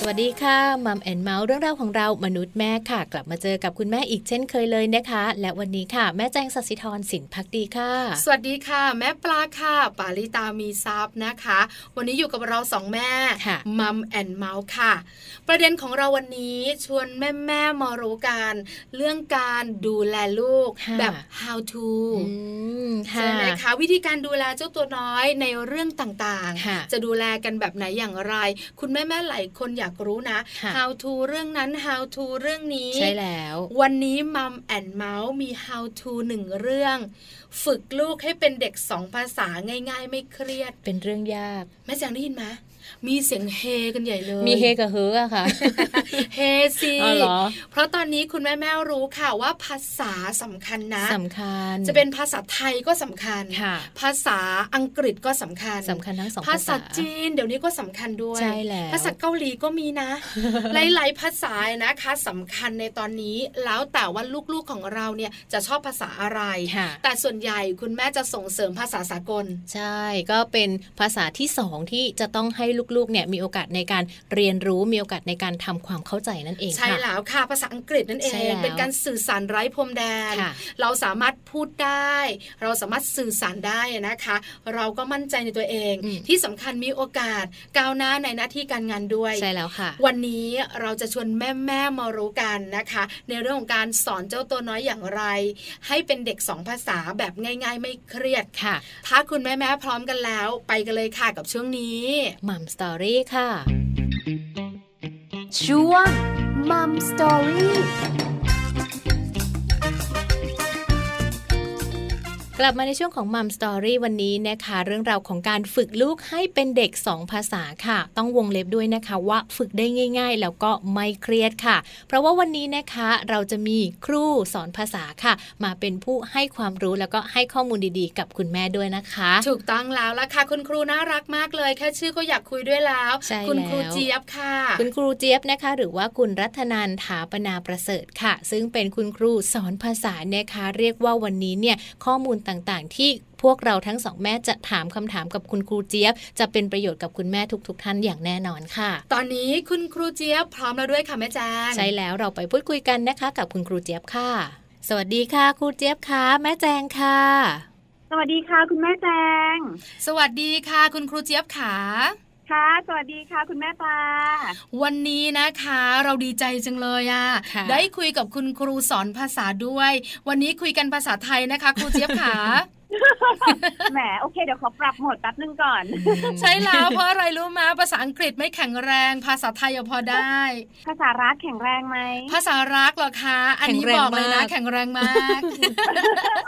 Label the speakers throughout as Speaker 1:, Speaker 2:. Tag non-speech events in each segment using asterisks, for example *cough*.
Speaker 1: สวัสดีค่ะมัมแอนเมาส์เรื่องราวของเรามนุษย์แม่ค่ะ กลับมาเจอกับคุณแม่อีกเช่นเคยเลยนะคะ และวันนี้ค่ะ แม่แจงสัตย์สิทธรสินพักดีค่ะ
Speaker 2: สวัสดีค่ะ แม่ปลาค่ะ ปาลิตามีซับนะคะ วันนี้อยู่กับเราสองแม่
Speaker 1: ค่ะ
Speaker 2: มัมแอนเมาส์ค่ะ ประเด็นของเราวันนี้ชวนแม่แม่ๆมารู้กัน เรื่องการดูแลลูก
Speaker 1: ค่ะ
Speaker 2: แบบ how to
Speaker 1: อืมค่ะ
Speaker 2: ใช่ไหมคะวิธีการดูแลเจ้าตัวน้อยในเรื่องต่าง
Speaker 1: ค่ะ
Speaker 2: ๆ จะดูแลกันแบบไหนอย่างไร คุณแม่แม่ๆหลายคนอยากรู้นะ
Speaker 1: ค่ะ
Speaker 2: how to เรื่องนั้น how to เรื่องนี้
Speaker 1: ใช่แล้ว
Speaker 2: วันนี้มัมแอนเมาส์มี how to หนึ่งเรื่อง ฝึกลูกให้เป็นเด็กสองภาษาง่าย ๆ ไม่เครียด
Speaker 1: เป็นเรื่องยาก
Speaker 2: แม่แจงได้ยินไหมมีเสียงเฮกันใหญ่เลย
Speaker 1: มีเฮกับเฮออะค่ะ
Speaker 2: เฮสิ
Speaker 1: อ๋อเหรอ
Speaker 2: เพราะตอนนี้คุณแม่แม่ๆรู้ค่ะว่าภาษาสำคัญนะ
Speaker 1: สำคัญ
Speaker 2: จะเป็นภาษาไทยก็สำคัญ
Speaker 1: ค่ะ
Speaker 2: ภาษาอังกฤษก็สำคัญ
Speaker 1: สำคัญทั้งสอง
Speaker 2: ภาษาจีนเดี๋ยวนี้ก็สำคัญด้วย
Speaker 1: ใช่แล้ว
Speaker 2: ภาษาเกาหลีก็มี
Speaker 1: *laughs*
Speaker 2: นะ หลาย ๆ ภาษานะคะสำคัญในตอนนี้แล้วแต่ว่าลูกๆของเราเนี่ยจะชอบภาษาอะไร
Speaker 1: ค่ะ
Speaker 2: แต่ส่วนใหญ่คุณแม่จะส่งเสริมภาษาสากล
Speaker 1: ใช่ ก็เป็นภาษาที่สองที่จะต้องให้ลูกๆเนี่ยมีโอกาสในการเรียนรู้มีโอกาสในการทำความเข้าใจนั่นเอง
Speaker 2: ใช่
Speaker 1: ค่ะ
Speaker 2: แล้วค่ะ ภาษาอังกฤษนั่นเอ
Speaker 1: ใช่
Speaker 2: ง
Speaker 1: แล้ว
Speaker 2: เป็นการสื่อสารไร้พรมแดน
Speaker 1: ค่ะ
Speaker 2: เราสามารถพูดได้ เราสามารถสื่อสารได้นะคะ เราก็มั่นใจในตัวเอง
Speaker 1: อืม
Speaker 2: ที่สำคัญมีโอกาสก้าวหน้าในหน้าที่การงานด้วย
Speaker 1: ใช่แล้วค่ะ
Speaker 2: วันนี้เราจะชวนแม่แม่ๆมารู้กันนะคะ ในเรื่องของการสอนเจ้าตัวน้อยอย่างไร ให้เป็นเด็กสองภาษาแบบง่าย ๆ ไม่เครียด
Speaker 1: ค่ะ
Speaker 2: ถ้าคุณแม่แม่ๆพร้อมกันแล้ว ไปกันเลยค่ะกับช่วงนี้
Speaker 1: มัมสตอรี่ค่ะ
Speaker 3: ช่วงมัมสตอรี่
Speaker 1: กลับมาในช่วงของมัมสตอรี่วันนี้นะคะ เรื่องราวของการฝึกลูกให้เป็นเด็ก 2 ภาษาค่ะ ต้องวงเล็บด้วยนะคะว่าฝึกได้ง่าย ๆ แล้วก็ไม่เครียดค่ะ เพราะว่าวันนี้นะคะเราจะมีครูสอนภาษาค่ะ มาเป็นผู้ให้ความรู้แล้วก็ให้ข้อมูลดีๆ กับคุณแม่ด้วยนะคะ
Speaker 2: ถูกต้องแล้วละค่ะ คุณครูน่ารักมากเลย แค่ชื่อก็อยากคุยด้วยแล้ว
Speaker 1: ใช่แล้ว
Speaker 2: คุณครูเจี๊ยบค่ะ
Speaker 1: คุณครูเจี๊ยบนะคะ หรือว่าคุณรัตนันถาปนาประเสริฐค่ะ ซึ่งเป็นคุณครูสอนภาษานะคะ เรียกว่าวันนี้เนี่ยข้อมูลต่างๆ ที่พวกเราทั้งสองแม่จะถามคำถามกับคุณครูเจี๊ยบ จะเป็นประโยชน์กับคุณแม่ทุกๆท่านอย่างแน่นอนค่ะ
Speaker 2: ตอนนี้คุณครูเจี๊ยบพร้อมแล้วด้วยค่ะแม่แจง
Speaker 1: ใช่แล้วเราไปพูดคุยกันนะคะ กับคุณครูเจี๊ยบค่ะ สวัสดีค่ะ ครูเจี๊ยบค่ะแม่แจงค่ะ
Speaker 4: สวัสดีค่ะ คุณแม่แจง
Speaker 2: สวัสดีค่ะ คุณครูเจี๊ยบค่ะ
Speaker 4: ค่ะ สวัสดีค่ะ คุณแม่ปลา
Speaker 2: วันนี้นะคะเราดีใจจังเลยอะ
Speaker 1: ค่ะ
Speaker 2: ได้คุยกับคุณครูสอนภาษาด้วย วันนี้คุยกันภาษาไทยนะคะ ครูเจี๊ยบ *laughs* ขา
Speaker 4: แหมโอเคเดี๋ยวขอปรับโหมดแป๊บนึงก่อน
Speaker 2: ใช่แล้วเพราะอะไรรู้มาภาษาอังกฤษไม่แข็งแรง ภาษาไทยอะพอได้
Speaker 4: ภาษารัฐแข็งแรงไหม *laughs*
Speaker 2: ภาษารักเหรอคะอันนี้บอกเลยนะแข็งแรงมาก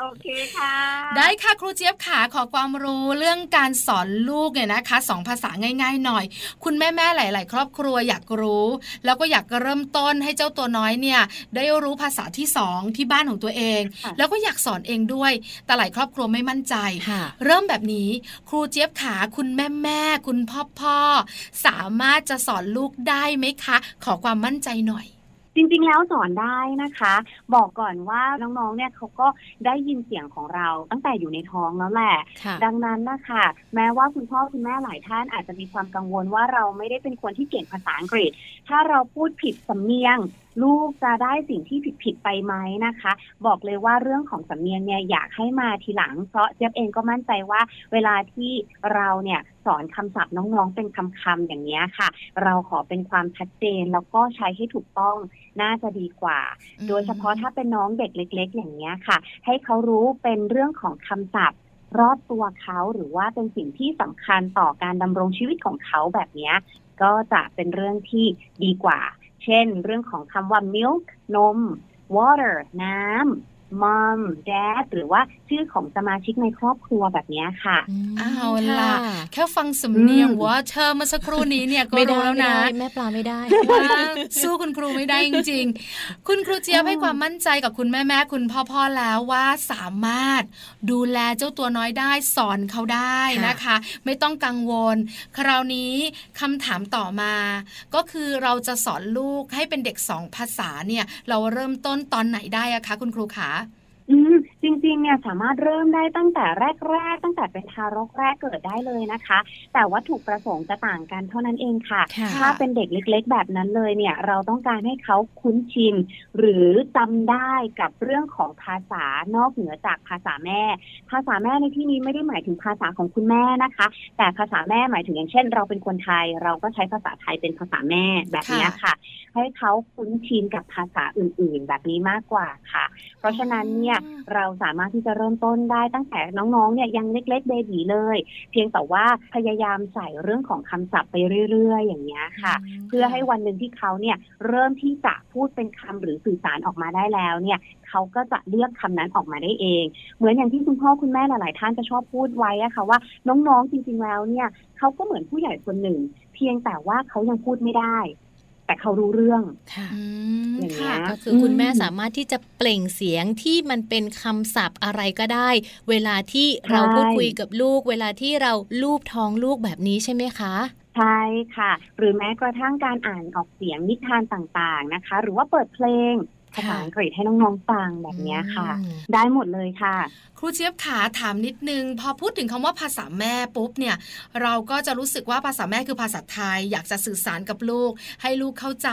Speaker 4: โอเคค่ะ
Speaker 2: ได้ค่ะครูเจี๊ยบขาขอความรู้เรื่องการสอนลูกเนี่ยนะคะสองภาษาง่าย ๆ หน่อย คุณแม่ๆหลาย ๆ ครอบครัวอยากรู้ แล้วก็อยากเริ่มต้นให้เจ้าตัวน้อยเนี่ย ได้รู้ภาษาที่สองที่บ้านของตัวเอง
Speaker 4: ค่ะ
Speaker 2: แล้วก็อยากสอนเองด้วย แต่หลายครอบครัวไม่มั่นใจ
Speaker 1: ค่ะ
Speaker 2: เริ่มแบบนี้ครูเจี๊ยบขาคุณแม่แม่ๆคุณพ่อพ่อๆสามารถจะสอนลูกได้ไหมคะ ขอความมั่นใจหน่อย
Speaker 4: จริงๆแล้วสอนได้นะคะ บอกก่อนว่าน้องๆเนี่ยเขาก็ได้ยินเสียงของเราตั้งแต่อยู่ในท้องแล้วแหละ
Speaker 1: ค่ะ
Speaker 4: ดังนั้นนะคะแม้ว่าคุณพ่อคุณแม่หลายท่านอาจจะมีความกังวลว่าเราไม่ได้เป็นคนที่เก่งภาษาอังกฤษ ถ้าเราพูดผิดสำเนียง ลูกจะได้สิ่งที่ผิดผิดๆไปไหมนะคะ บอกเลยว่าเรื่องของสำเนียงเนี่ยอยากให้มาทีหลัง เพราะเจี๊ยบเองก็มั่นใจว่า เวลาที่เราเนี่ยสอนคำศัพท์น้องๆเป็นคำๆอย่างนี้ยค่ะ เราขอเป็นความชัดเจนแล้วก็ใช้ให้ถูกต้องน่าจะดีกว่า โดยเฉพาะถ้าเป็นน้องเด็กเล็ก ๆ อย่างเนี้ยค่ะ ให้เขารู้เป็นเรื่องของคำศัพท์ รอบตัวเขาหรือว่าเป็นสิ่งที่สำคัญต่อการดำรงชีวิตของเขาแบบเนี้ยก็จะเป็นเรื่องที่ดีกว่า เช่น เรื่องของคำว่า milk นม water น้ำ mom dad หรือว่าชื่อของสมาชิกในครอบครัวแบบเนี้ยค่ะ
Speaker 1: ม
Speaker 2: เอา
Speaker 1: ค่
Speaker 2: ล่ะ แค่ฟังสำเนียง
Speaker 4: อืม
Speaker 2: ว่าเธอเมื่อสักครู่นี้เนี่ยก็
Speaker 1: ไม่ได้
Speaker 2: รู้แล้วนะ
Speaker 1: ไม่ได้แม่ปลาไม่ได้
Speaker 2: ว่าสู้คุณครูไม่ได้จริง ๆ คุณครูเจี๊ยบให้ความมั่นใจกับคุณแม่แม่ๆคุณพ่อพ่อๆแล้วว่าสามารถดูแลเจ้าตัวน้อยได้สอนเขาได้นะคะ ไม่ต้องกังวล คราวนี้คำถามต่อมา ก็คือเราจะสอนลูกให้เป็นเด็กสองภาษาเนี่ย เราเริ่มต้นตอนไหนได้อะคะ คุณครูขา
Speaker 4: อืมจริงๆ ริงๆเนี่ยสามารถเริ่มได้ตั้งแต่แรก ๆ ตั้งแต่เป็นทารกแรกเกิดได้เลยนะคะ แต่วัตถุประสงค์จะต่างกันเท่านั้นเองค่ะ
Speaker 1: ค่ะ
Speaker 4: ถ้าเป็นเด็กเล็ก ๆ แบบนั้นเลยเนี่ย เราต้องการให้เขาคุ้นชิน หรือจำได้กับเรื่องของภาษานอกเหนือจากภาษาแม่ ภาษาแม่ในที่นี้ไม่ได้หมายถึงภาษาของคุณแม่นะคะ แต่ภาษาแม่หมายถึงอย่างเช่น เราเป็นคนไทย เราก็ใช้ภาษาไทยเป็นภาษาแม่แบบเนี้ยค่ะ ให้เขาคุ้นชินกับภาษาอื่น ๆ แบบนี้มากกว่าค่ะ เพราะฉะนั้นเนี่ย
Speaker 2: อืม
Speaker 4: เราสามารถที่จะเริ่มต้นได้ตั้งแต่น้องๆเนี่ยยังเล็กๆเบบีเลย เพียงแต่ว่าพยายามใส่เรื่องของคำศัพท์ไปเรื่อยๆ อย่างเงี้ยค่ะ เพื่อให้วันหนึ่งที่เขาเนี่ยเริ่มที่จะพูดเป็นคำหรือสื่อสารออกมาได้แล้วเนี่ยเขาก็จะเลือกคำนั้นออกมาได้เอง เหมือนอย่างที่คุณพ่อคุณแม่หลาย ๆ ท่านจะชอบพูดไว้อะค่ะว่าน้องๆจริงๆแล้วเนี่ยเขาก็เหมือนผู้ใหญ่คนหนึ่ง เพียงแต่ว่าเขายังพูดไม่ได้ แต่เขารู้เรื่อง
Speaker 1: ค่ะ
Speaker 2: อืม
Speaker 4: อย่างเงี้
Speaker 2: ค่ะ
Speaker 4: ย
Speaker 1: ก็คือคุณแม่สามารถที่จะเปล่งเสียงที่มันเป็นคำศัพท์อะไรก็ได้ เวลาที่เรา
Speaker 4: ใช่
Speaker 1: พูดคุยกับลูก เวลาที่เราลูบท้องลูกแบบนี้ใช่ไหมคะ
Speaker 4: ใช่ค่ะ หรือแม้กระทั่งการอ่านออกเสียงนิทานต่างๆนะคะ หรือว่าเปิดเพลงภาษาอังกฤษให้น้องๆฟังแบบเนี้ยค่ะ
Speaker 1: อืม
Speaker 4: ได้หมดเลยค่ะ
Speaker 2: ครูเจี๊ยบขาถามนิดนึง พอพูดถึงคำว่าภาษาแม่ปุ๊บเนี่ย เราก็จะรู้สึกว่าภาษาแม่คือภาษาไทย อยากจะสื่อสารกับลูก ให้ลูกเข้าใจ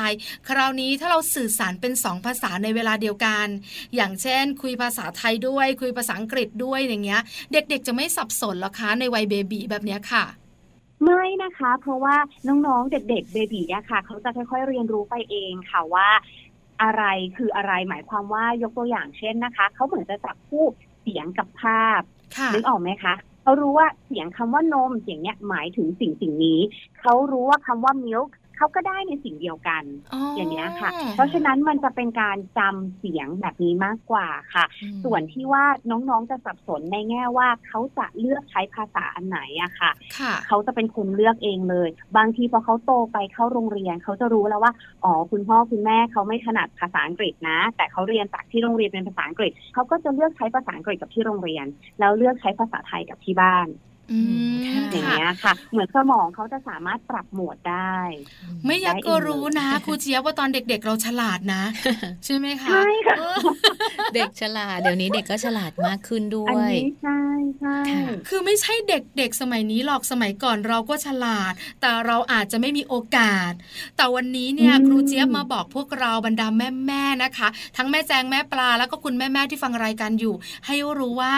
Speaker 2: คราวนี้ถ้าเราสื่อสารเป็นสองภาษาในเวลาเดียวกัน อย่างเช่น คุยภาษาไทยด้วย คุยภาษาอังกฤษด้วยอย่างเงี้ย เด็กๆจะไม่สับสนหรอคะในวัยเบบีแบบเนี้ยค่ะ
Speaker 4: ไม่นะคะ เพราะว่าน้องๆ เด็กๆ เบบีอะค่ะ เขาจะค่อยๆ เรียนรู้ไปเองค่ะว่าอะไรคืออะไรหมายความว่ายกตัวอย่างเช่นนะคะ เขาเหมือนจะจับคู่เสียงกับภาพ
Speaker 2: ค่ะ
Speaker 4: นึกออกไหมคะ เขารู้ว่าเสียงคำว่านมเสียงเนี้ยหมายถึงสิ่งสิ่งนี้ เขารู้ว่าคำว่า milk เขาก็ได้ในสิ่งเดียวกัน อย่างเงี้ยค่ะ เพราะฉะนั้นมันจะเป็นการจำเสียงแบบนี้มากกว่าค่ะ ส่วนที่ว่าน้องๆ จะสับสนในแง่ว่าเขาจะเลือกใช้ภาษาอันไหนอะค่ะ
Speaker 2: ค่ะ
Speaker 4: เขาจะเป็นคนเลือกเองเลย บางทีพอเขาโตไปเข้าโรงเรียน เขาจะรู้แล้วว่า อ๋อ คุณพ่อคุณแม่เขาไม่ถนัดภาษาอังกฤษนะ แต่เขาเรียนจากที่โรงเรียนเป็นภาษาอังกฤษ เขาก็จะเลือกใช้ภาษาอังกฤษกับที่โรงเรียน แล้วเลือกใช้ภาษาไทยกับที่บ้าน
Speaker 2: อืม
Speaker 1: อืม
Speaker 4: อย่าง
Speaker 2: ค่ะ
Speaker 4: เงี้ยค่ะ เหมือนสมองเขาจะสามารถปรับโหมวดได้
Speaker 2: ไม่อยาก
Speaker 4: ได้
Speaker 2: ก็
Speaker 4: เอง
Speaker 2: รู้นะครูเจี๊ยบว่าตอนเด็ก ๆ เราฉลาดนะ
Speaker 4: *laughs*
Speaker 2: ใช่ไหมคะ
Speaker 4: ใช่ค่ะ
Speaker 2: เออ
Speaker 1: เด็กฉลาด เดี๋ยวนี้เด็กก็ฉลาดมากขึ้นด้ว
Speaker 4: อัน
Speaker 1: ย
Speaker 4: นี้ใช่ใช่
Speaker 1: ค่ะ
Speaker 2: คือไม่ใช่เด็กๆ สมัยนี้หรอกสมัยก่อนเราก็ฉลาด แต่เราอาจจะไม่มีโอกาส แต่วันนี้เนี่ยครูเจี๊ยบมาบอกพวกเราบรรดาแม่ๆนะคะ ทั้งแม่แจงแม่ปลาแล้วก็คุณแม่ๆที่ฟังรายการอยู่ ให้รู้ว่า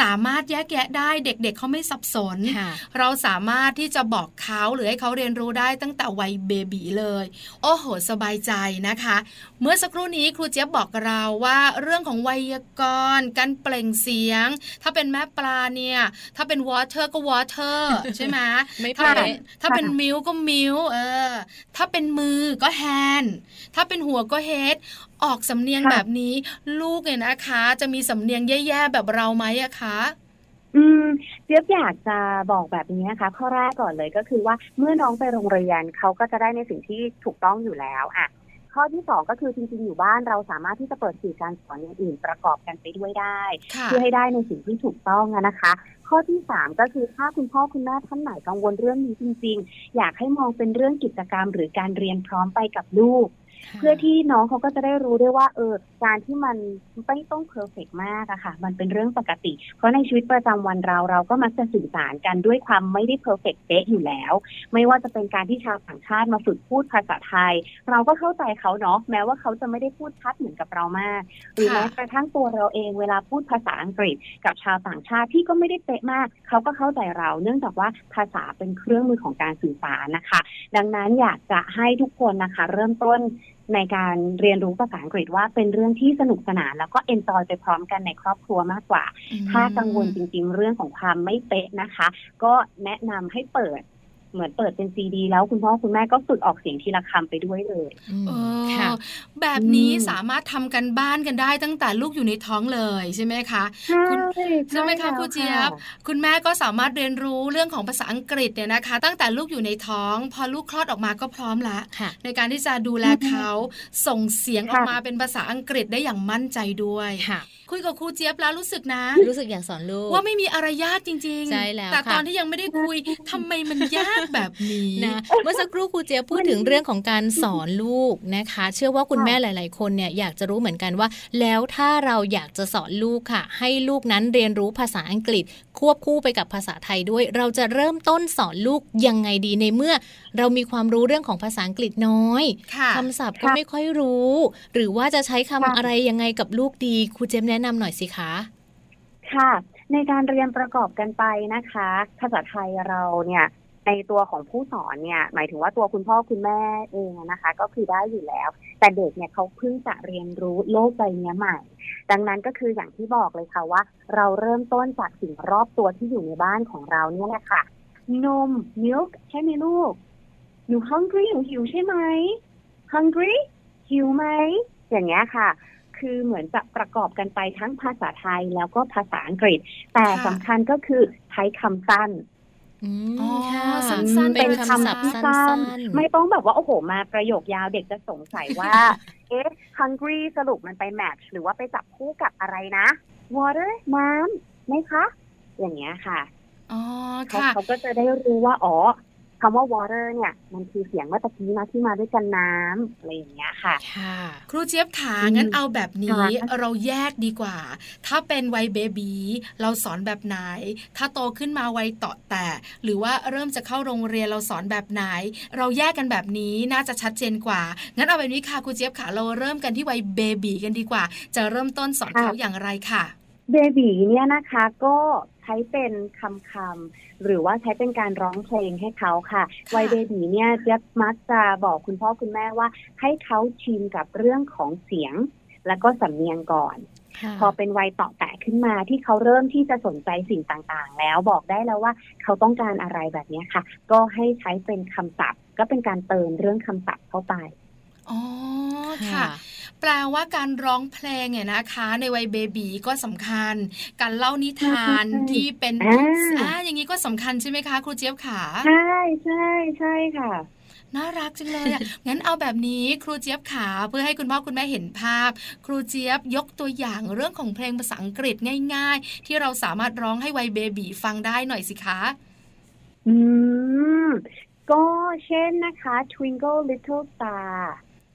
Speaker 2: สามารถแยกแยะได้เด็ก ๆเขาไม่สับสน
Speaker 1: ค่ะ
Speaker 2: เราสามารถที่จะบอกเขาหรือให้เขาเรียนรู้ได้ตั้งแต่วัยเบบีเลย โอ้โห สบายใจนะคะ เมื่อสักครู่นี้ครูเจี๊ยบบอกเราว่าเรื่องของไวยากรณ์การเปล่งเสียง ถ้าเป็นแม่ปลาเนี่ย ถ้าเป็นวอเ e อร์ก็วอเ e อร์ใช่ไหม
Speaker 4: *laughs*
Speaker 1: ไม่
Speaker 2: ถ้าเป็น
Speaker 1: เป๊ะ
Speaker 2: ถ้าเป็นมิวก็มิวเออ ถ้าเป็นมือก็แฮนถ้าเป็นหัวก็เฮดออกสำเนียงแบบนี้ ลูกเนี่ยนะคะ จะมีสำเนียงแย่ๆแบบเราไหมอะคะ
Speaker 4: อืมเจี๊ยบอยากจะบอกแบบนี้นะคะ ข้อแรกก่อนเลยก็คือว่าเมื่อน้องไปโรงเรียนเขาก็จะได้ในสิ่งที่ถูกต้องอยู่แล้วอ่ะ ข้อที่สองก็คือจริงๆ อยู่บ้านเราสามารถที่จะเปิดสื่อการสอนอย่างอื่นประกอบกันไปด้วยได้
Speaker 2: ค่ะ
Speaker 4: เพื่อให้ได้ในสิ่งที่ถูกต้องอะนะคะ ข้อที่สามก็คือถ้าคุณพ่อคุณแม่ท่านไหนกังวลเรื่องนี้จริง ๆ อยากให้มองเป็นเรื่องกิจกรรม หรือการเรียนพร้อมไปกับลูก เพื่อที่น้องเขาก็จะได้รู้ด้วยว่าเออการที่มันไม่ต้องเพอร์เฟกมากอะค่ะ มันเป็นเรื่องปกติ เพราะในชีวิตประจำวันเราเราก็มักจะสื่อสารกันด้วยความไม่ได้เพอร์เฟกเป๊ะอยู่แล้ว ไม่ว่าจะเป็นการที่ชาวต่างชาติมาฝึกพูดภาษาไทย เราก็เข้าใจเขาเนาะแม้ว่าเขาจะไม่ได้พูดชัดเหมือนกับเรามาก หรือ
Speaker 2: ค่ะ
Speaker 4: แม้กระทั่งตัวเราเองเวลาพูดภาษาอังกฤษ กับชาวต่างชาติที่ก็ไม่ได้เป๊ะมาก เขาก็เข้าใจเรา เนื่องจากว่าภาษาเป็นเครื่องมือของการสื่อสารนะคะ ดังนั้นอยากจะให้ทุกคนนะคะ เริ่มต้นในการเรียนรู้ภาษาอังกฤษว่าเป็นเรื่องที่สนุกสนาน แล้วก็เอนจอยไปพร้อมกันในครอบครัวมากกว่า ถ้ากังวลจริงๆ เรื่องของความไม่เป๊ะนะคะ ก็แนะนำให้เปิด เหมือนเปิดเป็นซีดี แล้วคุณพ่อคุณแม่ก็ฝึกออกเสียงทีละคำไปด้วยเลย
Speaker 1: อืม
Speaker 2: เออ
Speaker 1: ค่ะ
Speaker 2: แบบนี้
Speaker 4: อืม
Speaker 2: สามารถทำกันบ้านกันได้ตั้งแต่ลูกอยู่ในท้องเลยใช่ไหมคะ คุณ
Speaker 4: ใช่
Speaker 2: ใช่ไหมคะ
Speaker 4: แล้ว
Speaker 2: ครูเจี๊ยบ คุณแม่ก็สามารถเรียนรู้เรื่องของภาษาอังกฤษเนี่ยนะคะ ตั้งแต่ลูกอยู่ในท้อง พอลูกคลอดออกมาก็พร้อมละ
Speaker 1: ค่ะ
Speaker 2: ในการที่จะดูแลเขาส่งเสียงออกมาเป็นภาษาอังกฤษได้อย่างมั่นใจด้วย
Speaker 1: ค่ะ
Speaker 2: คุยกับครูเจี๊ยบแล้วรู้สึกนะ
Speaker 1: รู้สึกอยากสอนลูก
Speaker 2: ว่าไม่มีอารยาทจริง ๆ
Speaker 1: ใช่แล้ว
Speaker 2: แต่
Speaker 1: ค่ะ
Speaker 2: ตอนที่ยังไม่ได้คุยทำไมมันยากแบบนี้ *laughs*
Speaker 1: นะเมื่อสักครู่ครูเจี๊ยบพูดถึงเรื่องของการสอนลูกนะคะ เชื่อว่าคุณแม่หลาย ๆ คนเนี่ยอยากจะรู้เหมือนกันว่า แล้วถ้าเราอยากจะสอนลูกค่ะ ให้ลูกนั้นเรียนรู้ภาษาอังกฤษ ควบคู่ไปกับภาษาไทยด้วย เราจะเริ่มต้นสอนลูกยังไงดีในเมื่อ เรามีความรู้เรื่องของภาษาอังกฤษน้อย
Speaker 2: ค่ะ
Speaker 1: คำศัพท์ก็ไม่ค่อยรู้ หรือว่าจะใช้คำ
Speaker 4: ค่ะ
Speaker 1: อะไรยังไงกับลูกดีครูเจี๊ยบแนะนำหน่อยสิคะ
Speaker 4: ค่ะ ในการเรียนประกอบกันไปนะคะ ภาษาไทยเราเนี่ยในตัวของผู้สอนเนี่ยหมายถึงว่าตัวคุณพ่อคุณแม่เองอะนะคะ ก็คือได้อยู่แล้ว แต่เด็กเนี่ยเขาเพิ่งจะเรียนรู้โลกใบเนี้ยใหม่ ดังนั้นก็คืออย่างที่บอกเลยค่ะว่า เราเริ่มต้นจากสิ่งรอบตัวที่อยู่ในบ้านของเราเนี่ยแหละค่ะ นม milk ใช่ไหมลูก หนู hungry หนูหิวใช่ไหม hungry หิวไหม อย่างเงี้ยค่ะ คือเหมือนจะประกอบกันไปทั้งภาษาไทยแล้วก็ภาษาอังกฤษ แต่
Speaker 2: ค่ะ
Speaker 4: สำคัญก็คือใช้คำสั้น
Speaker 1: อืม
Speaker 2: อ๋อ
Speaker 1: ค่ะ
Speaker 2: สั้นๆ
Speaker 1: เป็น
Speaker 4: เป็น
Speaker 1: คำ
Speaker 4: คำ
Speaker 1: ศัพท์
Speaker 4: ที่
Speaker 1: สั
Speaker 4: สั้น
Speaker 1: ้นๆ
Speaker 4: ไม่ต้องแบบว่า โอ้โห มาประโยคยาวเด็กจะสงสัยว่า *laughs* เอ๊ะ hungry สรุปมันไปแมทช์หรือว่าไปจับคู่กับอะไรนะ water น้ำไหมคะ อย่างเงี้ยค่ะ
Speaker 2: อ๋อ
Speaker 4: เขา
Speaker 2: ค่ะ
Speaker 4: เขาก็จะได้รู้ว่า อ๋อคำว่า water เนี่ย มันคือเสียงเมื่อตะกี้นะที่มาด้วยกันน้ำอะไรอย่างเงี้ยค่ะ
Speaker 1: ค่ะ
Speaker 2: ครูเจี๊ยบขา
Speaker 4: อืม
Speaker 2: งั้นเอาแบบนี้
Speaker 4: ค่ะ
Speaker 2: เราแยกดีกว่า ถ้าเป็นวัยเบบีเราสอนแบบไหน ถ้าโตขึ้นมาวัยเต่อแต่ หรือว่าเริ่มจะเข้าโรงเรียนเราสอนแบบไหน เราแยกกันแบบนี้น่าจะชัดเจนกว่า งั้นเอาแบบนี้ค่ะครูเจี๊ยบขาเราเริ่มกันที่วัยเบบีกันดีกว่า จะเริ่มต้นสอนเขาอย่างไรค่ะ
Speaker 4: เบบีเนี่ยนะคะก็ใช้เป็นคำคำๆหรือว่าใช้เป็นการร้องเพลงให้เขาค่ะ
Speaker 2: ค่ะ
Speaker 4: วัยเบบีเนี่ยเจะมักจะบอกคุณพ่อคุณแม่ว่า ให้เขาชินกับเรื่องของเสียง แล้วก็สำเนียงก่อน
Speaker 1: ค่ะ
Speaker 4: พอเป็นวัยต่อแตะขึ้นมาที่เขาเริ่มที่จะสนใจสิ่งต่างๆ แล้วบอกได้แล้วว่าเขาต้องการอะไรแบบเนี้ยค่ะ ก็ให้ใช้เป็นคำศัพท์ ก็เป็นการเติมเรื่องคำศัพท์เข้าไป
Speaker 2: อ๋อค่ะ แปลว่าการร้องเพลงเนี่ยนะคะ ในวัยเบบีก็สำคัญ การเล่านิทาน
Speaker 4: ใช่
Speaker 2: ที่เป็น
Speaker 4: อ่า
Speaker 2: อ่าอย่างนี้ก็สำคัญใช่ไหมคะครูเจี๊ยบขา
Speaker 4: ใช่ใช่ใช่ค่ะ
Speaker 2: น่ารักจังเลยอ่ะ *laughs* งั้นเอาแบบนี้ครูเจี๊ยบขาเพื่อให้คุณพ่อคุณแม่เห็นภาพ ครูเจี๊ยบยกตัวอย่างเรื่องของเพลงภาษาอังกฤษง่ายๆ ที่เราสามารถร้องให้วัยเบบีฟังได้หน่อยสิคะ
Speaker 4: อืม ก็เช่นนะคะ Twinkle Little Star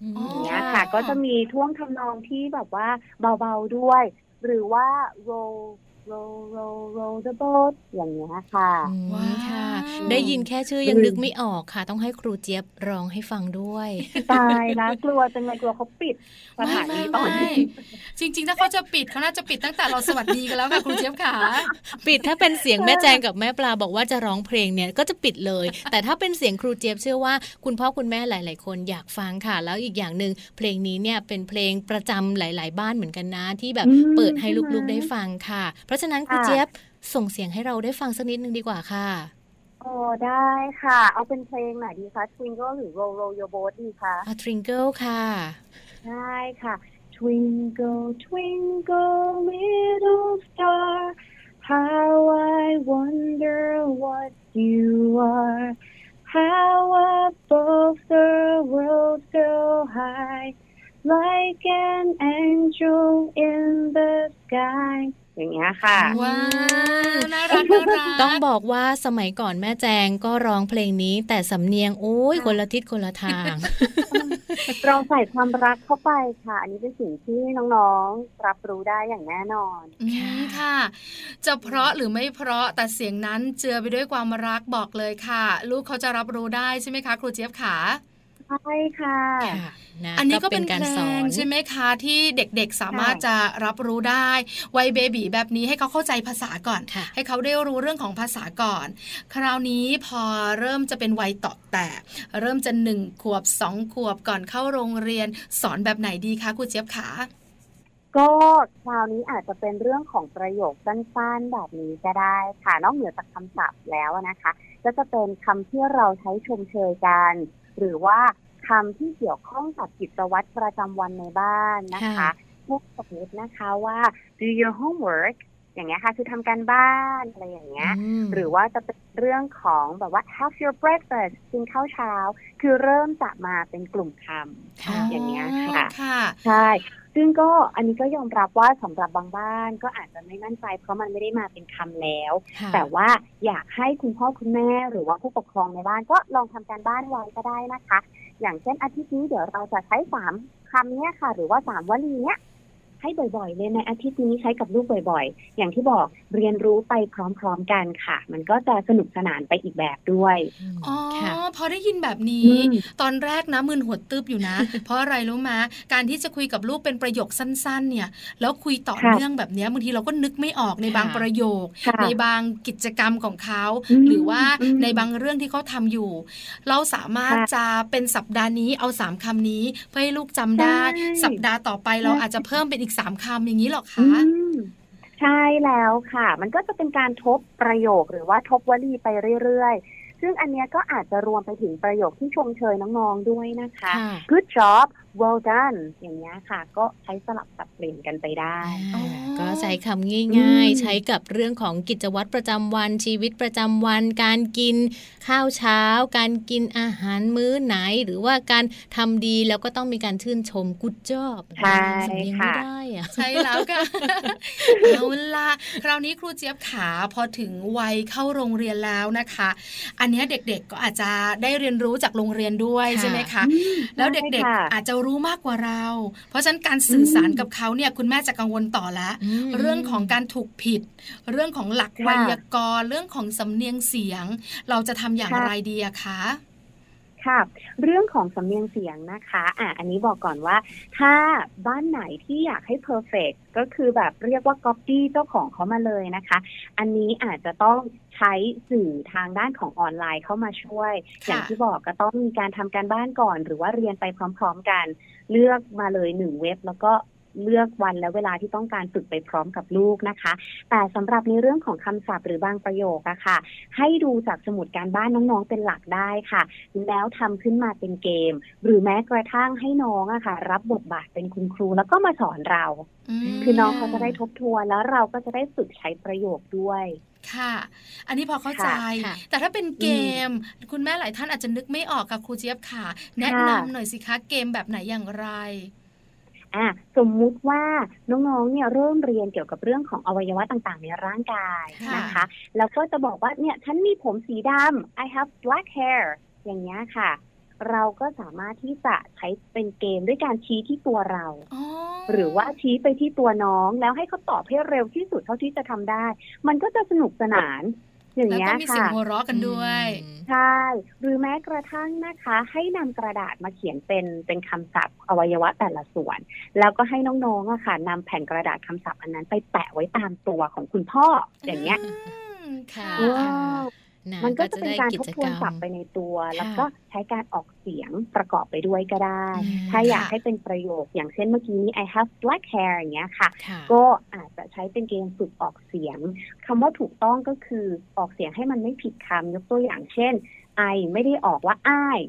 Speaker 1: อืม
Speaker 2: อ๋อ
Speaker 4: อย่างเงี้ยค่ะ ก็จะมีท่วงทำนองที่แบบว่าเบาๆด้วย หรือว่า roll roll roll roll the boat อย่างเงี้ยค่ะ
Speaker 1: ม
Speaker 2: ว้าว
Speaker 1: ค่ะ ได้ยินแค่ชื่อยังนึกไม่ออกค่ะ ต้องให้ครูเจี๊ยบร้องให้ฟังด้วย *laughs*
Speaker 4: ตายนะกลัวจังเลยกลัวเขาปิดสถานีตอนนี้
Speaker 2: จริงๆ ถ้าเขาจะปิดเขาน่าจะปิดตั้งแต่เราสวัสดีกันแล้วค่ะครูเจี๊ยบขา
Speaker 1: ปิดถ้าเป็นเสียงแม่แจงกับแม่ปลาบอกว่าจะร้องเพลงเนี่ยก็จะปิดเลย *laughs* แต่ถ้าเป็นเสียงครูเจี๊ยบเชื่อว่าคุณพ่อคุณแม่หลาย ๆ คนอยากฟังค่ะ แล้วอีกอย่างหนึ่งเพลงนี้เนี่ยเป็นเพลงประจำหลาย ๆ บ้านเหมือนกันนะ ที่แบบ
Speaker 4: อืม
Speaker 1: เปิดให้ลูก ๆ
Speaker 4: ใช่ไหม
Speaker 1: ได้ฟังค่ะ เพราะฉะนั้นครู
Speaker 4: ค่ะ
Speaker 1: เจี๊ยบส่งเสียงให้เราได้ฟังสักนิดนึงดีกว่าค่ะ
Speaker 4: โอ้ได้ค่ะ เอาเป็นเพลงไหนดีคะ Twinkle หรือ roll roll your boat ดีคะ
Speaker 1: A Twinkle ค่ะ
Speaker 4: ใช่ค่ะ Twinkle Twinkle Little Star How I wonder what you are How above the world so high Like an angel in the sky อย่างเงี้ยค่ะ
Speaker 2: ว้าว น่ารักน่ารัก
Speaker 1: ต้องบอกว่าสมัยก่อนแม่แจงก็ร้องเพลงนี้ แต่สำเนียงโอ้ยคนละทิศคนละทาง
Speaker 4: เราใส่ความรักเข้าไปค่ะ อันนี้เป็นสิ่งที่น้องๆ รับรู้ได้อย่างแน่นอน
Speaker 2: อืมค่ะ จะเพราะหรือไม่เพราะแต่เสียงนั้นเจือไปด้วยความรักบอกเลยค่ะ ลูกเขาจะรับรู้ได้ใช่ไหมคะ ครูเจี๊ยบขา
Speaker 4: ใช่ค่ะ
Speaker 1: ค่ะะ
Speaker 2: อันนี้ก็เป็น
Speaker 1: การ
Speaker 2: เพล
Speaker 1: สอง น
Speaker 2: ใช่ไหมคะที่เด็กๆสามารถ
Speaker 4: ใช่
Speaker 2: จะรับรู้ได้วัยเบบีแบบนี้ให้เขาเข้าใจภาษาก่อน
Speaker 1: ค่ะ
Speaker 2: ให้เขาได้รู้เรื่องของภาษาก่อน คราวนี้พอเริ่มจะเป็นวัยเต่อแต่ เริ่มจะหนึ่งขวบสองขวบก่อนเข้าโรงเรียน สอนแบบไหนดีคะครูเจี๊ยบขา
Speaker 4: ก็คราวนี้อาจจะเป็นเรื่องของประโยคสั้นๆ แบบนี้ก็ได้ค่ะ นอกเหนือจากคำศัพท์แล้วนะคะ ก็จะเป็นคำที่เราใช้ชมเชยกัน หรือว่าคำที่เกี่ยวข้องกับกิจวัตรประจำวันในบ้านนะคะ
Speaker 1: ค่ะ
Speaker 4: พวกสมมตินะคะว่า do your homework อย่างเงี้ยค่ะ คือทำการบ้านอะไรอย่างเงี้ย
Speaker 1: อืม
Speaker 4: หรือว่าจะเป็นเรื่องของแบบว่า have your breakfast กินข้าวเช้า คือเริ่มจะมาเป็นกลุ่มคำ
Speaker 1: ค่ะ
Speaker 4: อย่างเงี้ยค่ะ
Speaker 2: ค่ะ
Speaker 4: ใช่ ซึ่งก็อันนี้ก็ยอมรับว่าสำหรับบางบ้านก็อาจจะไม่มั่นใจ เพราะมันไม่ได้มาเป็นคำแล้ว
Speaker 1: ค่ะ
Speaker 4: แต่ว่าอยากให้คุณพ่อคุณแม่หรือว่าผู้ปกครองในบ้านก็ลองทำการบ้านไว้ก็ได้นะคะ อย่างเช่นอาทิตย์นี้เดี๋ยวเราจะใช้สามคำเนี้ยค่ะ หรือว่าสามวลีเนี้ยให้บ่อยๆเลยในอาทิตย์นี้ใช้กับลูกบ่อยๆ อย่างที่บอกเรียนรู้ไปพร้อมๆกันค่ะ มันก็จะสนุกสนานไปอีกแบบด้วย
Speaker 2: อ๋อ
Speaker 1: ค่ะ
Speaker 2: พอได้ยินแบบนี้ ตอนแรกนะมึนหัวตึบอยู่
Speaker 4: *laughs*
Speaker 2: นะ เพราะอะไรรู้มาการที่จะคุยกับลูกเป็นประโยคสั้น ๆ เนี่ย แล้วคุยต่อ
Speaker 4: ค่ะ
Speaker 2: เนื่องแบบเนี้ยบางทีเราก็นึกไม่ออกในบาง
Speaker 1: ค่ะ
Speaker 2: ประโยค
Speaker 4: ค่ะ
Speaker 2: ในบางกิจกรรมของเขา
Speaker 4: อืม
Speaker 2: หรือว่า
Speaker 4: อืม
Speaker 2: ในบางเรื่องที่เขาทำอยู่ เราสามารถ
Speaker 4: ค่ะ
Speaker 2: จะเป็นสัปดาห์นี้เอาสามคำนี้เพื่อให้ลูกจำได้
Speaker 4: ใช่
Speaker 2: สัปดาห์ต่อไปเรา
Speaker 4: ใช่
Speaker 2: อาจจะเพิ่มเป็นอีกสามคำอย่างนี้หรอ
Speaker 4: อื
Speaker 2: คะ
Speaker 4: มใช่แล้วค่ะ มันก็จะเป็นการทบประโยคหรือว่าทบวลีไปเรื่อยๆ ซึ่งอันเนี้ยก็อาจจะรวมไปถึงประโยคที่ชมเชยน้องๆด้วยนะคะ
Speaker 1: ค่ะ
Speaker 4: good job well done อย่างเงี้ยค่ะ ก็ใช้สลับสับเปลี่ยนกันไปได้
Speaker 1: อ่าก็ใช้คำง่าย
Speaker 4: อื
Speaker 1: ๆ
Speaker 4: ม
Speaker 1: ใช้กับเรื่องของกิจวัตรประจำวันชีวิตประจำวัน การกินข้าวเช้า การกินอาหารมื้อไหน หรือว่าการทำดีแล้วก็ต้องมีการชื่นชมกุดจอบ
Speaker 4: ใช่
Speaker 1: สำเนียง
Speaker 4: ค่ะ
Speaker 1: ไม่ได้อะ
Speaker 2: ใช่แล้ว
Speaker 4: *laughs*
Speaker 2: ค่ะ เอาล่ะคราวนี้ครูเจี๊ยบขาพอถึงวัยเข้าโรงเรียนแล้วนะคะ อันเนี้ยเด็กๆก็อาจจะได้เรียนรู้จากโรงเรียนด้วย
Speaker 1: ค่ะ
Speaker 2: ใช่ไหมคะ
Speaker 4: อืม
Speaker 2: แล้วเด็
Speaker 4: ใช่
Speaker 2: ก
Speaker 4: ค่ะ
Speaker 2: ๆอาจจะรู้มากกว่าเรา เพราะฉะนั้นการสื่อสาร
Speaker 4: อืม
Speaker 2: กับเขาเนี่ยคุณแม่จะกังวลต่อละ
Speaker 1: ม
Speaker 2: เรื่องของการถูกผิด เรื่องของหลัก
Speaker 4: ค่ะ
Speaker 2: ไวยากรณ์เรื่องของสำเนียงเสียง เราจะทำอย่าง
Speaker 4: ค่ะ
Speaker 2: ไรดีอะคะ
Speaker 4: ค่ะ เรื่องของสำเนียงเสียงนะคะ อ่ะ อันนี้บอกก่อนว่า ถ้าบ้านไหนที่อยากให้ perfect ก็คือแบบเรียกว่า copy เจ้าของเขามาเลยนะคะ อันนี้อาจจะต้องใช้สื่อทางด้านของออนไลน์เข้ามาช่วย อย่างที่บอกก็ต้องมีการทำการบ้านก่อน หรือว่าเรียนไปพร้อม ๆ กัน เลือกมาเลยหนึ่งเว็บ แล้วก็เลือกวันและเวลาที่ต้องการฝึกไปพร้อมกับลูกนะคะ แต่สำหรับในเรื่องของคำศัพท์หรือบางประโยคอะค่ะ ให้ดูจากสมุดการบ้านน้องๆเป็นหลักได้ค่ะ แล้วทำขึ้นมาเป็นเกม หรือแม้กระทั่งให้น้องอะค่ะ รับบทบาทเป็นคุณครู แล้วก็มาสอนเรา
Speaker 2: ม
Speaker 4: คือน้องเขาจะได้ทบทวนแล้วเราก็จะได้ฝึกใช้ประโยคด้วย
Speaker 2: ค่ะ อันนี้พอเข้าใจ
Speaker 1: ค่ะ
Speaker 2: แต่ถ้าเป็นเกม คุณแม่หลายท่านอาจจะนึกไม่ออกค่ะครูเจี๊ยบค่ะ แนะนำหน่อยสิคะเกมแบบไหนอย่างไร
Speaker 4: อ่ะสมมุติว่าน้องๆ เนี่ยเริ่มเรียนเกี่ยวกับเรื่องของอวัยวะต่างๆ ในร่างกาย
Speaker 2: ค่ะ
Speaker 4: นะคะ แล้วก็จะบอกว่าเนี่ยฉันมีผมสีดำ I have black hair อย่างเงี้ยค่ะ เราก็สามารถที่จะใช้เป็นเกมด้วยการชี้ที่ตัวเรา
Speaker 2: อ๋อ
Speaker 4: หรือว่าชี้ไปที่ตัวน้องแล้วให้เขาตอบให้เร็วที่สุดเท่าที่จะทำได้ มันก็จะสนุกสนาน อย่าง
Speaker 2: แล้ว
Speaker 4: เงี้ย
Speaker 2: ก็มีเสียง
Speaker 4: ค่ะ
Speaker 2: หัวเราะกันด้วย
Speaker 1: อืม
Speaker 4: ใช่ หรือแม้กระทั่งนะคะ ให้นำกระดาษมาเขียนเป็นเป็นคำศัพท์อวัยวะแต่ละส่วน แล้วก็ให้น้องๆอะค่ะนำแผ่นกระดาษคำศัพท์อันนั้นไปแปะไว้ตามตัวของคุณพ่ออย่างเงี้ย
Speaker 2: อืมค่ะ
Speaker 1: อื
Speaker 4: ว้าว
Speaker 1: นะ
Speaker 4: มันก็จะ
Speaker 1: จะ
Speaker 4: เป็น
Speaker 1: ได้
Speaker 4: การ
Speaker 1: กิ
Speaker 4: ทบ
Speaker 1: จ
Speaker 4: ท
Speaker 1: ก
Speaker 4: ว
Speaker 1: ร
Speaker 4: น
Speaker 1: ร
Speaker 4: ศัพ
Speaker 1: ม
Speaker 4: ท์ไปในตัว
Speaker 1: ค่ะ
Speaker 4: แล้วก็ใช้การออกเสียงประกอบไปด้วยก็ได้
Speaker 1: อืม
Speaker 4: ถ้าอยาก
Speaker 2: ค่ะ
Speaker 4: ให้เป็นประโยคอย่างเช่นเมื่อกี้นี้ I have black hair อย่างเงี้ยค่ะ
Speaker 1: ค่ะ
Speaker 4: ก็อาจจะใช้เป็นเกมฝึกออกเสียงคำว่าถูกต้องก็คือออกเสียงให้มันไม่ผิดคำยกตัวอย่างเช่น ไอไม่ได้ออกว่าอ้าย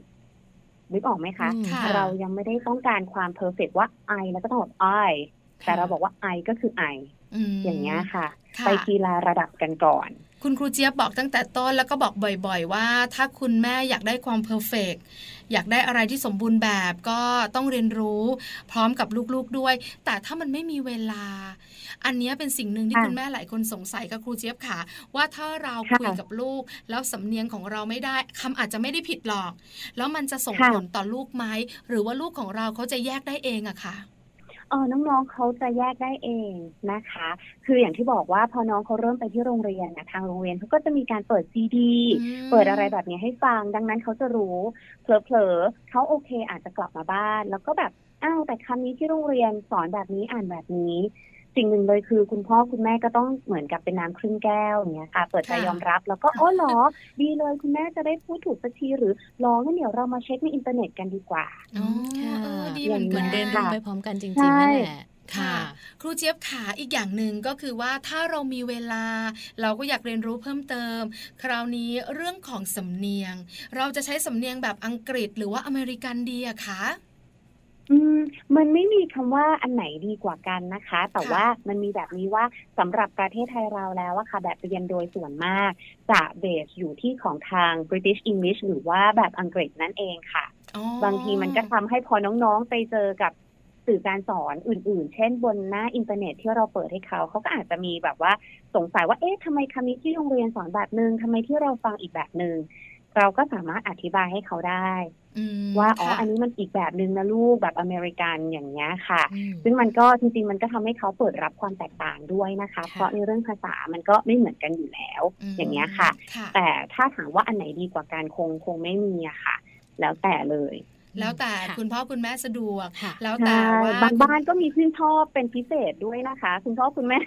Speaker 4: นึกออกไหมคะ
Speaker 1: อืมค่ะ
Speaker 4: เรายังไม่ได้ต้องการความเพอร์เฟกว่าไอแล้วก็ต้องบอกไอแต่เราบอกว่าไอก็คือไอ
Speaker 2: ม
Speaker 4: อย่างเงี้ยค่ะ
Speaker 2: ค่ะ
Speaker 4: ไปทีละระดับกันก่อน
Speaker 2: คุณครูเจี๊ยบบอกตั้งแต่ต้นแล้วก็บอกบ่อยๆ ว่า ถ้าคุณแม่อยากได้ความเพอร์เฟกอยากได้อะไรที่สมบูรณ์แบบก็ต้องเรียนรู้พร้อมกับลูกๆด้วย แต่ถ้ามันไม่มีเวลา อันเนี้ยเป็นสิ่งหนึ่งที่
Speaker 4: ค่ะ
Speaker 2: คุณแม่หลายคนสงสัยกับครูเจี๊ยบค่ะ ว่าถ้าเรา
Speaker 4: ค่ะ
Speaker 2: คุยกับลูก แล้วสำเนียงของเราไม่ได้คำอาจจะไม่ได้ผิดหรอก แล้วมันจะส่ง
Speaker 4: ค่ะ
Speaker 2: ผลต่อลูกไหมหรือว่าลูกของเราเขาจะแยกได้เองอะค่ะ
Speaker 4: เออน้องๆเขาจะแยกได้เองนะคะ คืออย่างที่บอกว่าพอน้องเขาเริ่มไปที่โรงเรียนนะทางโรงเรียนเขาก็จะมีการเปิดซีดี เปิดอะไรแบบนี้ให้ฟัง ดังนั้นเขาจะรู้เผลอๆเขาโอเคอาจจะกลับมาบ้าน แล้วก็แบบอ้าวแต่คำนี้ที่โรงเรียนสอนแบบนี้อ่านแบบนี้ สิ่งหนึ่งเลยคือคุณพ่อคุณแม่ก็ต้องเหมือนกับเป็นน้ำครึ่งแก้วอย่างเงี้ยค่ะ เปิดใจ
Speaker 2: ค่ะ
Speaker 4: ยอมรับ แล้วก็อ๋อเหรอ ดีเลยคุณแม่จะได้พูดถูกสักทีหรือรองั้นเดี๋ยวเรามาเช็คในอินเทอร์เน็ตกันดีกว่า
Speaker 2: อ๋อเออดีเหมือน
Speaker 1: เหมือนเดิน
Speaker 2: กั
Speaker 1: เรื่อน งไปพร้อมกันจริ
Speaker 4: ใช่
Speaker 1: งๆนั่นแหละค่ะ
Speaker 2: ครูเจี๊ยบขาอีกอย่างหนึ่งก็คือว่าถ้าเรามีเวลา เราก็อยากเรียนรู้เพิ่มเติม คราวนี้เรื่องของสำเนียง เราจะใช้สำเนียงแบบอังกฤษหรือว่าอเมริกันดีอะคะ
Speaker 4: อืมมันไม่มีคำว่าอันไหนดีกว่ากันนะคะ แต่
Speaker 2: ค่ะ
Speaker 4: ว่ามันมีแบบนี้ว่าสำหรับประเทศไทยเราแล้วอะค่ะแบบเรียนโดยส่วนมาก จะเบสอยู่ที่ของทาง British English หรือว่าแบบอังกฤษนั่นเองค่ะ
Speaker 2: อ๋อบ
Speaker 4: างทีมันก็ทำให้พอน้องๆไปเจอกับ สื่อการสอนอื่น ๆ เช่นบนหน้าอินเทอร์เน็ตที่เราเปิดให้เขา เขาก็อาจจะมีแบบว่าสงสัยว่า เอ๊ะทำไมคำนี้ที่โรงเรียนสอนแบบนึงทำไมที่เราฟังอีกแบบนึง เราก็สามารถอธิบายให้เขาได้
Speaker 2: อืม
Speaker 4: ว่าอ๋อ
Speaker 2: ค่ะ
Speaker 4: อันนี้มันอีกแบบนึงนะลูกแบบอเมริกันอย่างเงี้ยค่ะ
Speaker 1: อืม
Speaker 4: ซึ่งมันก็จริงๆ มันก็ทำให้เขาเปิดรับความแตกต่างด้วยนะคะ
Speaker 1: ค่ะ
Speaker 4: เพราะในเรื่องภาษามันก็ไม่เหมือนกันอยู่แล้ว
Speaker 2: ม
Speaker 4: อย่างเงี้ยค่ะ
Speaker 2: ค่ะ
Speaker 4: แต่ถ้าถามว่าอันไหนดีกว่ากันคงคงไม่มีอะค่ะ แล้วแต่เลย
Speaker 2: แล้วแต่
Speaker 1: ค่ะ
Speaker 2: คุณพ่อคุณแม่สะดวก
Speaker 1: ค่ะ
Speaker 2: แล้วแต่ว่า
Speaker 4: ใช่บางบ้านก็มีชื่นชอบเป็นพิเศษด้วยนะคะ คุณพ่อคุณแม่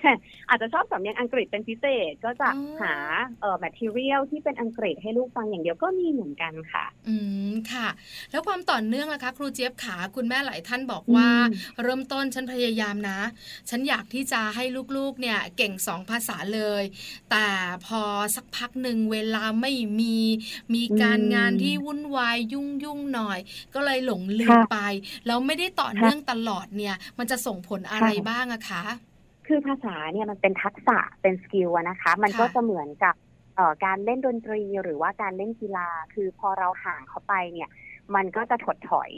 Speaker 4: อาจจะชอบสำเนียงอังกฤษเป็นพิเศษก็จะหาเอ่อแมทเทียลที่เป็นอังกฤษให้ลูกฟังอย่างเดียวก็มีเหมือนกันค่ะ
Speaker 2: อืมค่ะ แล้วความต่อเนื่องล่ะคะ ครูเจี๊ยบขาคุณแม่หลายท่านบอกว่า
Speaker 4: อืม
Speaker 2: เริ่มต้นฉันพยายามนะ ฉันอยากที่จะให้ลูกๆเนี่ยเก่งสองภาษาเลย แต่พอสักพักหนึ่งเวลาไม่มีมีการ
Speaker 4: อืม
Speaker 2: งานที่วุ่นวายยุ่งยุ่งๆหน่อย ก็เลยหลงลืม
Speaker 4: ค่ะ
Speaker 2: ไปแล้วไม่ได้ต่อเนื่องตลอดเนี่ย มันจะส่งผลอะไร
Speaker 4: ค่ะ
Speaker 2: บ้างอะคะ
Speaker 4: คือภาษาเนี่ยมันเป็นทักษะเป็นสกิลอะนะคะ มัน
Speaker 2: ค่ะ
Speaker 4: ก็จะเหมือนกับเอ่อการเล่นดนตรีหรือว่าการเล่นกีฬา คือพอเราห่างเขาไปเนี่ย มันก็จะถดถอย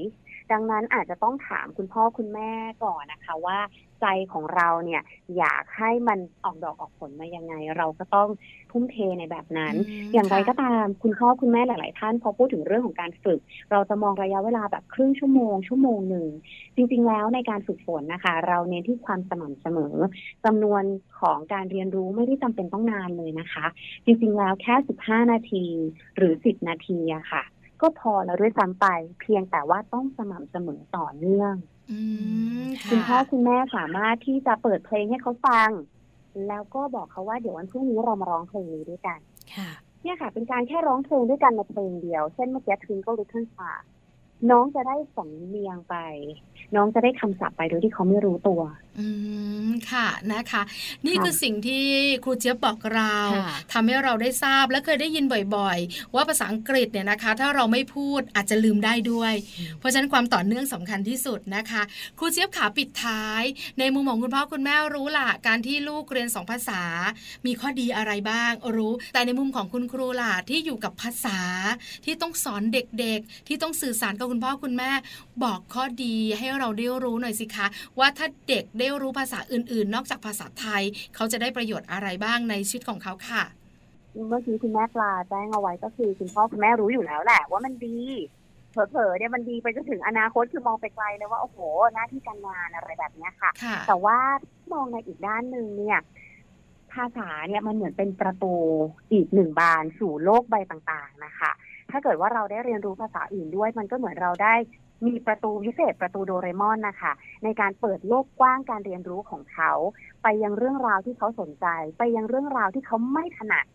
Speaker 4: ดังนั้นอาจจะต้องถามคุณพ่อคุณแม่ก่อนนะคะว่าใจของเราเนี่ยอยากให้มันออกดอกออกผลมายังไง เราก็ต้องทุ่มเทในแบบนั้น
Speaker 2: ม
Speaker 4: อย่างไร
Speaker 2: ค่ะ
Speaker 4: ก็ตามคุณพ่อคุณแม่หลาย ๆ ท่านพอพูดถึงเรื่องของการฝึก เราจะมองระยะเวลาแบบครึ่งชั่วโมง ชั่วโมงหนึ่ง จริง ๆ แล้วในการฝึกฝนนะคะ เราเน้นที่ความสม่ำเสมอจำนวนของการเรียนรู้ไม่ได้จำเป็นต้องนานเลยนะคะ จริง ๆ แล้วแค่ 15 นาทีหรือ 10 นาทีอะค่ะ ก็พอแล้วด้วยซ้ำไป เพียงแต่ว่าต้องสม่ำเสมอต่อเนื่อง
Speaker 2: อืม
Speaker 4: คุ
Speaker 1: ค่ะ
Speaker 4: ณพ่อคุณแม่สามารถที่จะเปิดเพลงให้เขาฟัง แล้วก็บอกเขาว่าเดี๋ยววันพรุ่งนี้เรามาร้องเพลงนี้ด้วยกัน
Speaker 1: ค่ะ
Speaker 4: เนี่ยค่ะ เป็นการแค่ร้องเพลงด้วยกันในเพลงเดียว เช่นเมื่อกี้ทริงก็ลิทเทิลฟาน้องจะได้สำเนียงไป น้องจะได้คำศัพท์ไปโดยที่เขาไม่รู้ตัว
Speaker 2: อืมค่ะนะคะ นี่
Speaker 4: ค่ะ
Speaker 2: คือสิ่งที่ครูเจี๊ยบบอกเรา
Speaker 1: ค่ะ
Speaker 2: ทำให้เราได้ทราบและเคยได้ยินบ่อยๆ ว่าภาษาอังกฤษเนี่ยนะคะ ถ้าเราไม่พูดอาจจะลืมได้ด้วย เพราะฉะนั้นความต่อเนื่องสำคัญที่สุดนะคะครูเจี๊ยบขาปิดท้าย ในมุมของคุณพ่อคุณแม่รู้ล่ะ การที่ลูกเรียนสองภาษา มีข้อดีอะไรบ้าง รู้ แต่ในมุมของคุณครูล่ะที่อยู่กับภาษา ที่ต้องสอนเด็กๆ ที่ต้องสื่อสารกับคุณพ่อคุณแม่ บอกข้อดีให้เราได้รู้หน่อยสิคะ ว่าถ้าเด็กได้รู้ภาษาอื่นๆ นอกจากภาษาไทย เขาจะได้ประโยชน์อะไรบ้างในชีวิตของเขาค่ะ
Speaker 4: เมื่อกี้คุณแม่ปลาแจ้งเอาไว้ก็คือคุณพ่อคุณแม่รู้อยู่แล้วแหละว่ามันดี เผลอๆเนี่ยมันดีไปจนถึงอนาคตคือมองไปไกลเลยว่าโอ้โห หน้าที่การงานอะไรแบบเนี้ยค่ะ
Speaker 2: ค่ะ
Speaker 4: แต่ว่ามองในอีกด้านหนึ่งเนี่ย ภาษาเนี่ยมันเหมือนเป็นประตูอีกหนึ่งบานสู่โลกใบต่างๆนะคะ ถ้าเกิดว่าเราได้เรียนรู้ภาษาอื่นด้วย มันก็เหมือนเราได้มีประตูพิเศษประตูโดเรมอนนะคะ ในการเปิดโลกกว้างการเรียนรู้ของเขา ไปยังเรื่องราวที่เขาสนใจ ไปยังเรื่องราวที่เขาไม่ถนัด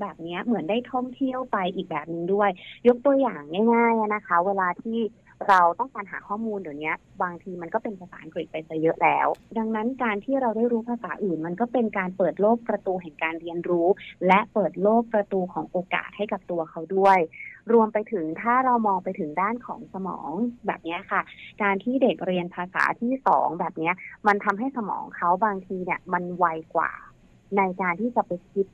Speaker 4: แบบเนี้ยเหมือนได้ท่องเที่ยวไปอีกแบบหนึงด้วย ยกตัวอย่างง่ายๆอะนะคะ เวลาที่เราต้องการหาข้อมูลเดี๋ยวนี้บางทีมันก็เป็นภาษาอังกฤษไปซะเยอะแล้ว ดังนั้นการที่เราได้รู้ภาษาอื่น มันก็เป็นการเปิดโลกประตูแห่งการเรียนรู้ และเปิดโลกประตูของโอกาสให้กับตัวเขาด้วย รวมไปถึงถ้าเรามองไปถึงด้านของสมองแบบเนี้ยค่ะ การที่เด็กเรียนภาษาที่สองแบบเนี้ย มันทำให้สมองเขาบางทีเนี่ยมันไวกว่า ในการที่จะไปคิด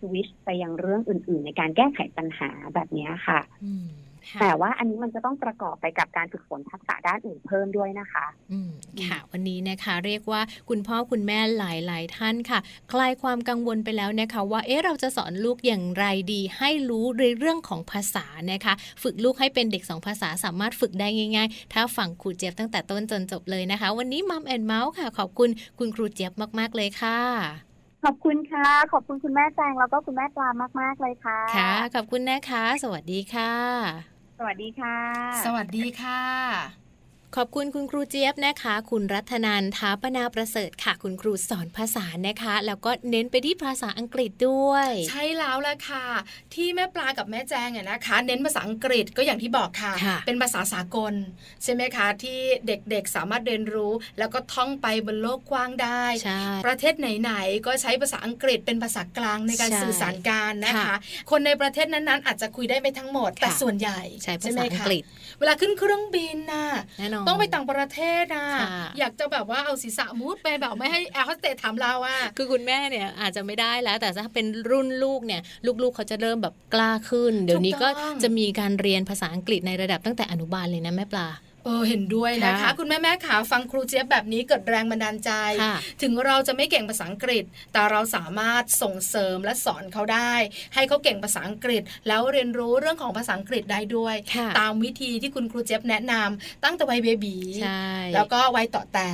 Speaker 4: สวิชไปยังเรื่องอื่น ๆ ในการแก้ไขปัญหาแบบเนี้ยค่ะ
Speaker 1: อืมค่ะ
Speaker 4: แต่ว่าอันนี้มันจะต้องประกอบไปกับการฝึกฝนทักษะด้านอื่นเพิ่มด้วยนะคะ
Speaker 1: อืมค่ะวันนี้นะคะเรียกว่าคุณพ่อคุณแม่หลาย ๆ ท่านค่ะ คลายความกังวลไปแล้วนะคะ ว่าเอ๊ะเราจะสอนลูกอย่างไรดี ให้รู้ในเรื่องของภาษานะคะ ฝึกลูกให้เป็นเด็กสองภาษาสามารถฝึกได้ง่าย ๆ ถ้าฟังครูเจี๊ยบตั้งแต่ต้นจนจบเลยนะคะ วันนี้มัมแอนเมาส์ค่ะ ขอบคุณคุณครูเจี๊ยบมากๆเลยค่ะ
Speaker 4: ขอบคุณค่ะ ขอบคุณคุณแม่แจงแล้วก็คุณแม่ปลามาก ๆ เลยค่ะ
Speaker 1: ค่ะ ขอบคุณนะคะ สวัสดีค่ะ
Speaker 4: สวัสดีค่ะ
Speaker 2: สวัสดีค่ะ
Speaker 1: ขอบคุณคุณครูเจี๊ยบนะคะ คุณรัตนันทาปนาประเสริฐค่ะ คุณครูสอนภาษานะคะ แล้วก็เน้นไปที่ภาษาอังกฤษด้วย
Speaker 2: ใช่แล้วล่ะค่ะ ที่แม่ปลากับแม่แจงเนี่ยนะคะ เน้นภาษาอังกฤษก็อย่างที่บอกค่ะ
Speaker 1: ค่ะ
Speaker 2: เป็นภาษาสากล ใช่ไหมคะ ที่เด็กๆสามารถเรียนรู้ แล้วก็ท่องไปบนโลกกว้างได้
Speaker 1: ใช่
Speaker 2: ประเทศไหนๆก็ใช้ภาษาอังกฤษเป็นภาษากลางในการ
Speaker 1: ใช่
Speaker 2: สื่อสารกันนะคะ
Speaker 1: ค่ะ
Speaker 2: คนในประเทศนั้นๆ อาจจะคุยได้ไม่ทั้งหมด แต่
Speaker 1: ค่ะ
Speaker 2: ส่วนใหญ่
Speaker 1: ใช้ภา
Speaker 2: ไหม
Speaker 1: ษาอัง
Speaker 2: คะ
Speaker 1: กฤษ
Speaker 2: เวลาขึ้นเครื่องบินน่ะ
Speaker 1: แน่นอน
Speaker 2: ต้องไปต่างประเทศอ่ะ
Speaker 1: ค่ะ
Speaker 2: อยากจะแบบว่าเอาศีรษะมุดไปแบบไม่ให้แอร์โฮสเตสถามเราอ่ะ
Speaker 1: คือคุณแม่เนี่ยอาจจะไม่ได้แล้ว แต่ถ้าเป็นรุ่นลูกเนี่ย ลูกๆเขาจะเริ่มแบบกล้าขึ้น เดี๋ยวนี้ก็
Speaker 2: ถูกต้อง
Speaker 1: จะมีการเรียนภาษาอังกฤษในระดับตั้งแต่อนุบาลเลยนะแม่ปลา
Speaker 2: เออเห็นด้วยนะคะ
Speaker 1: ค่ะ
Speaker 2: คุณแม่แม่ขาฟังครูเจี๊ยบแบบนี้เกิดแรงบันดาลใจ
Speaker 1: ค่ะ
Speaker 2: ถึงเราจะไม่เก่งภาษาอังกฤษ แต่เราสามารถส่งเสริมและสอนเขาได้ ให้เขาเก่งภาษาอังกฤษ แล้วเรียนรู้เรื่องของภาษาอังกฤษได้ด้วย
Speaker 1: ค่ะ
Speaker 2: ตามวิธีที่คุณครูเจี๊ยบแนะนำตั้งแต่วัยเบบี
Speaker 1: ใช่
Speaker 2: แล้วก็วัยต่อแต่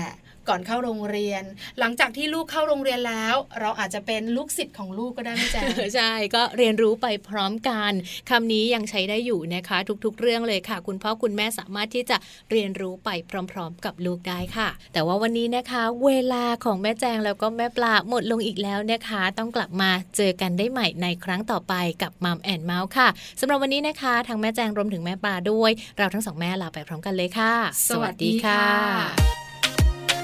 Speaker 2: ก่อนเข้าโรงเรียน หลังจากที่ลูกเข้าโรงเรียนแล้ว เราอาจจะเป็นลูกศิษย์ของลูกก็ได้ไม่แจ๊
Speaker 1: *laughs* ใช่ก็เรียนรู้ไปพร้อมกันคำนี้ยังใช้ได้อยู่นะคะ ทุกๆ เรื่องเลยค่ะ คุณพ่อคุณแม่สามารถที่จะเรียนรู้ไปพร้อม ๆ กับลูกได้ค่ะ แต่ว่าวันนี้นะคะ เวลาของแม่แจงแล้วก็แม่ปลาหมดลงอีกแล้วนะคะ ต้องกลับมาเจอกันได้ใหม่ในครั้งต่อไปกับมัมแอนเมาส์ค่ะสำหรับวันนี้นะคะทั้งแม่แจงรวมถึงแม่ปลาด้วย เราทั้งสองแม่ลาไปพร้อมกันเลยค่ะ